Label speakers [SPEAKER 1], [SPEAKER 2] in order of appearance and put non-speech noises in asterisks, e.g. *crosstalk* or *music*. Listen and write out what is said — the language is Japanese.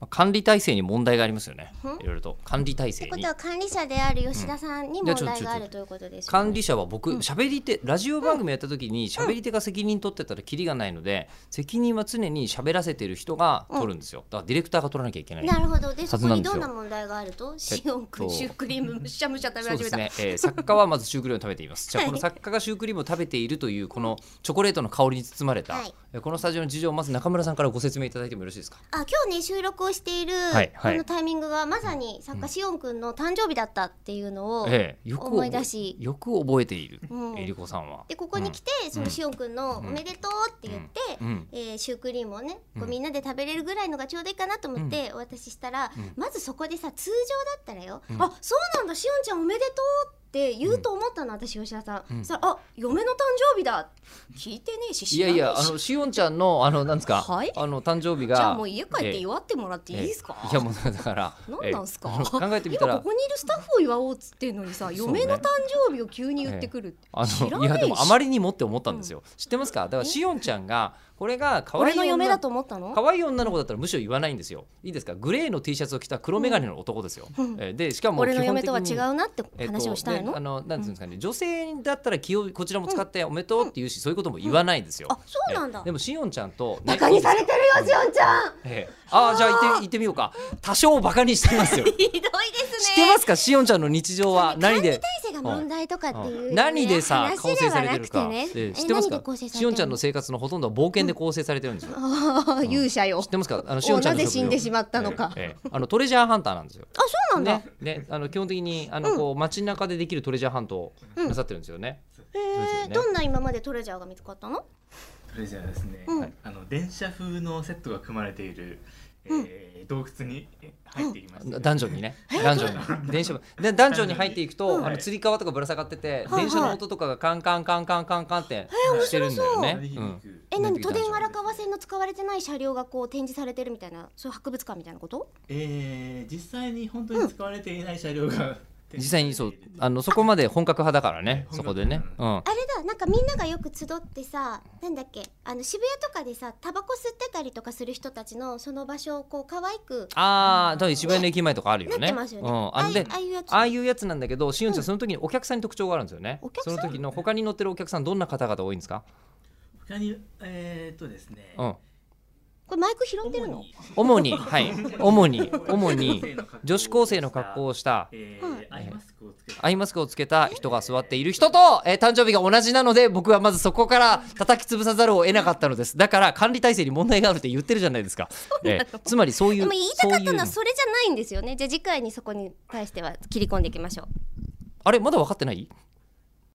[SPEAKER 1] まあ管理体制に問題がありますよね
[SPEAKER 2] ん
[SPEAKER 1] いろいろと管理体制
[SPEAKER 2] てこ
[SPEAKER 1] に
[SPEAKER 2] とは管理者である吉田さんに
[SPEAKER 1] うん
[SPEAKER 2] 問
[SPEAKER 1] いやちょ
[SPEAKER 2] 題
[SPEAKER 1] ちょ
[SPEAKER 2] があるということですよね
[SPEAKER 1] 管理者は僕喋り手ラジオ番組やった時に喋り手が責任取ってたらキリがないので責任は常に喋らせてる人が取るんですよだからディレクターが取らなきゃいけない
[SPEAKER 2] なるほどでそ
[SPEAKER 1] は
[SPEAKER 2] こ
[SPEAKER 1] ずなん
[SPEAKER 2] に
[SPEAKER 1] です
[SPEAKER 2] ど
[SPEAKER 1] よ
[SPEAKER 2] んな問題があるとシオン君シュークリームむしゃむしゃ食べ
[SPEAKER 1] そう
[SPEAKER 2] 始
[SPEAKER 1] で
[SPEAKER 2] め
[SPEAKER 1] す
[SPEAKER 2] た、
[SPEAKER 1] ね、え
[SPEAKER 2] *laughs*
[SPEAKER 1] ー、作家はまずシュークリームを食べています。じゃあ
[SPEAKER 2] はい
[SPEAKER 1] この作家がシュークリームを食べているというこのチョコレートの香りに包まれた、
[SPEAKER 2] はい
[SPEAKER 1] えーこのスタジオの事情をまず中村さんからご説明いただいてもよろしいですか。
[SPEAKER 2] あ今日ね収録をしている
[SPEAKER 1] はい
[SPEAKER 2] こ
[SPEAKER 1] はい
[SPEAKER 2] のタイミングがまさに作家シオン君の誕生日だったっていうのを、
[SPEAKER 1] ええよく覚え
[SPEAKER 2] 思い出し
[SPEAKER 1] よく覚えている、
[SPEAKER 2] うん
[SPEAKER 1] えりこさんは。
[SPEAKER 2] でここに来て、そのシオン君の「おめでとう」って言って、
[SPEAKER 1] うんうん
[SPEAKER 2] えーシュークリームをね
[SPEAKER 1] う
[SPEAKER 2] こうんみんなで食べれるぐらいのがちょうどいいかなと思ってお渡ししたら、
[SPEAKER 1] ん
[SPEAKER 2] まずそこでさ通常だったらよ「あそうなんだシオンちゃんおめでとう」って言うと思ったの私吉田さ
[SPEAKER 1] う
[SPEAKER 2] ん、
[SPEAKER 1] ん
[SPEAKER 2] そしたら「あ嫁の誕生日だ」聞いてねえし
[SPEAKER 1] いやいやあのしおんちゃんのあのなんですか、
[SPEAKER 2] はい
[SPEAKER 1] あの誕生日が
[SPEAKER 2] じゃあもう家帰って
[SPEAKER 1] よ
[SPEAKER 2] 祝ってもらっていいですか、
[SPEAKER 1] いやもうだから
[SPEAKER 2] なんなんすか
[SPEAKER 1] ええあの考えてみた
[SPEAKER 2] 今
[SPEAKER 1] ら
[SPEAKER 2] ここにいるスタッフを祝おうっつってんのにさ、
[SPEAKER 1] そうね
[SPEAKER 2] 嫁の誕生日を急に言ってくる、
[SPEAKER 1] あ
[SPEAKER 2] 知ら
[SPEAKER 1] の
[SPEAKER 2] ね
[SPEAKER 1] い
[SPEAKER 2] えし
[SPEAKER 1] やでもあまりにもって思ったんですよ、知ってますかだからしおんちゃんがこれが可愛
[SPEAKER 2] 俺
[SPEAKER 1] い
[SPEAKER 2] の嫁だ
[SPEAKER 1] 女
[SPEAKER 2] と思ったの
[SPEAKER 1] 可愛い女の子だったらむしろ言わないんですよいいですかグレーの T シャツを着た黒眼鏡の男ですよ、
[SPEAKER 2] うん
[SPEAKER 1] えーでしかも
[SPEAKER 2] 俺の嫁
[SPEAKER 1] 基
[SPEAKER 2] とは
[SPEAKER 1] 本的
[SPEAKER 2] 違
[SPEAKER 1] に
[SPEAKER 2] うなって
[SPEAKER 1] えっと
[SPEAKER 2] 話をしたいの、
[SPEAKER 1] であのなんていうんですかね、女性だったら気をこちらも使っておめでとうって言うし、そういうことも言わないんですよ、
[SPEAKER 2] あそうなんだ
[SPEAKER 1] えでもしおんちゃんと、ね
[SPEAKER 2] バカにされてるよしおんちゃん
[SPEAKER 1] ええああじゃあ行って行ってみようか多少バカにしてますよ知っ
[SPEAKER 2] *laughs* ひどいです
[SPEAKER 1] て
[SPEAKER 2] ね
[SPEAKER 1] ますかしおんちゃんの日常は何で
[SPEAKER 2] 体制が問題とかっていう、
[SPEAKER 1] う
[SPEAKER 2] ね、
[SPEAKER 1] ん何でさ構
[SPEAKER 2] 話
[SPEAKER 1] 成
[SPEAKER 2] で
[SPEAKER 1] さ
[SPEAKER 2] は
[SPEAKER 1] れて
[SPEAKER 2] な
[SPEAKER 1] る
[SPEAKER 2] く
[SPEAKER 1] か
[SPEAKER 2] て、ね
[SPEAKER 1] ええ
[SPEAKER 2] え
[SPEAKER 1] 知ってます
[SPEAKER 2] 何で
[SPEAKER 1] か
[SPEAKER 2] 構成され
[SPEAKER 1] し
[SPEAKER 2] てる
[SPEAKER 1] お
[SPEAKER 2] の
[SPEAKER 1] んちゃんの生活のほとんどは冒険で構成されてるんですよ、知っ
[SPEAKER 2] ああ勇者よ、
[SPEAKER 1] てますかあのしおんちゃんの職業
[SPEAKER 2] なぜ死んでしまったのか
[SPEAKER 1] ええええあのトレジャーハンターなんですよ
[SPEAKER 2] あそうなんだ、
[SPEAKER 1] ね、ね、あの基本的にあの、こう街中でできるトレジャーハントをなさってるんですよね。
[SPEAKER 2] えー
[SPEAKER 1] ね
[SPEAKER 2] どんな今までトレジャーが見つかったの
[SPEAKER 3] それじゃあですね、
[SPEAKER 2] うん
[SPEAKER 3] あの電車風のセットが組まれている、えー洞窟にえ入っていきました、
[SPEAKER 1] ダンジョンにね、ダンジョンに、電車部、で、ダンジョンに入っていくと、
[SPEAKER 3] うん
[SPEAKER 1] あのつり革とかぶら下がってて、
[SPEAKER 2] はい
[SPEAKER 1] 電車の音とかがカンカンカンカンカンカンって。してるんだよね。
[SPEAKER 3] 鳴り
[SPEAKER 1] う
[SPEAKER 3] 響
[SPEAKER 1] ん
[SPEAKER 3] く
[SPEAKER 2] え
[SPEAKER 1] なん
[SPEAKER 2] 何
[SPEAKER 1] ていう
[SPEAKER 2] 都
[SPEAKER 1] ダンジョン
[SPEAKER 2] 電荒川線の使われてない車両がこう展示されてるみたいなそういう博物館みたいなこと
[SPEAKER 3] えー実際に本当に使われていない車両 *laughs* が、
[SPEAKER 1] 実際にそう、あのそこまで本格派だからね、
[SPEAKER 3] あ
[SPEAKER 1] そこでね。
[SPEAKER 3] 本格
[SPEAKER 1] うん
[SPEAKER 2] あ。れだなんかみんながよく集ってさなんだっけあの渋谷とかでさタバコ吸ってたりとかする人たちのその場所をこう可愛く
[SPEAKER 1] ああ、多分一番の駅前とかあるよね。
[SPEAKER 2] なってますよね
[SPEAKER 1] うん、あので
[SPEAKER 2] ああいうやつ
[SPEAKER 1] ああいうやつなんだけど、しおんちゃん、その時にお客さんに特徴があるんですよね。
[SPEAKER 2] お客
[SPEAKER 1] そ
[SPEAKER 2] さん
[SPEAKER 1] の時の他に乗ってるお客さん、どんな方々多いんですか。
[SPEAKER 3] 他にえーっとですね、
[SPEAKER 1] うん。
[SPEAKER 2] これマイク拾ってる
[SPEAKER 3] 主
[SPEAKER 2] の
[SPEAKER 3] に
[SPEAKER 1] 主に、はい、主に、主に、女子高生の格好をした、
[SPEAKER 3] え
[SPEAKER 2] はい
[SPEAKER 3] ー、アイマスクをつけて
[SPEAKER 1] アイマスクをつけた人が座っている人と、えー誕生日が同じなので、僕はまずそこから叩き潰さざるを得なかったのです。だから、管理体制に問題があるって言ってるじゃないですか。えーつまり、そうい
[SPEAKER 2] で
[SPEAKER 1] う
[SPEAKER 2] も言い、た
[SPEAKER 1] そ
[SPEAKER 2] か
[SPEAKER 1] う
[SPEAKER 2] っ
[SPEAKER 1] い
[SPEAKER 2] た
[SPEAKER 1] う
[SPEAKER 2] のは、それじゃないんですよねじゃあ次回にそこに対しては切り込んでいきましょう
[SPEAKER 1] あれ、まだ分かってない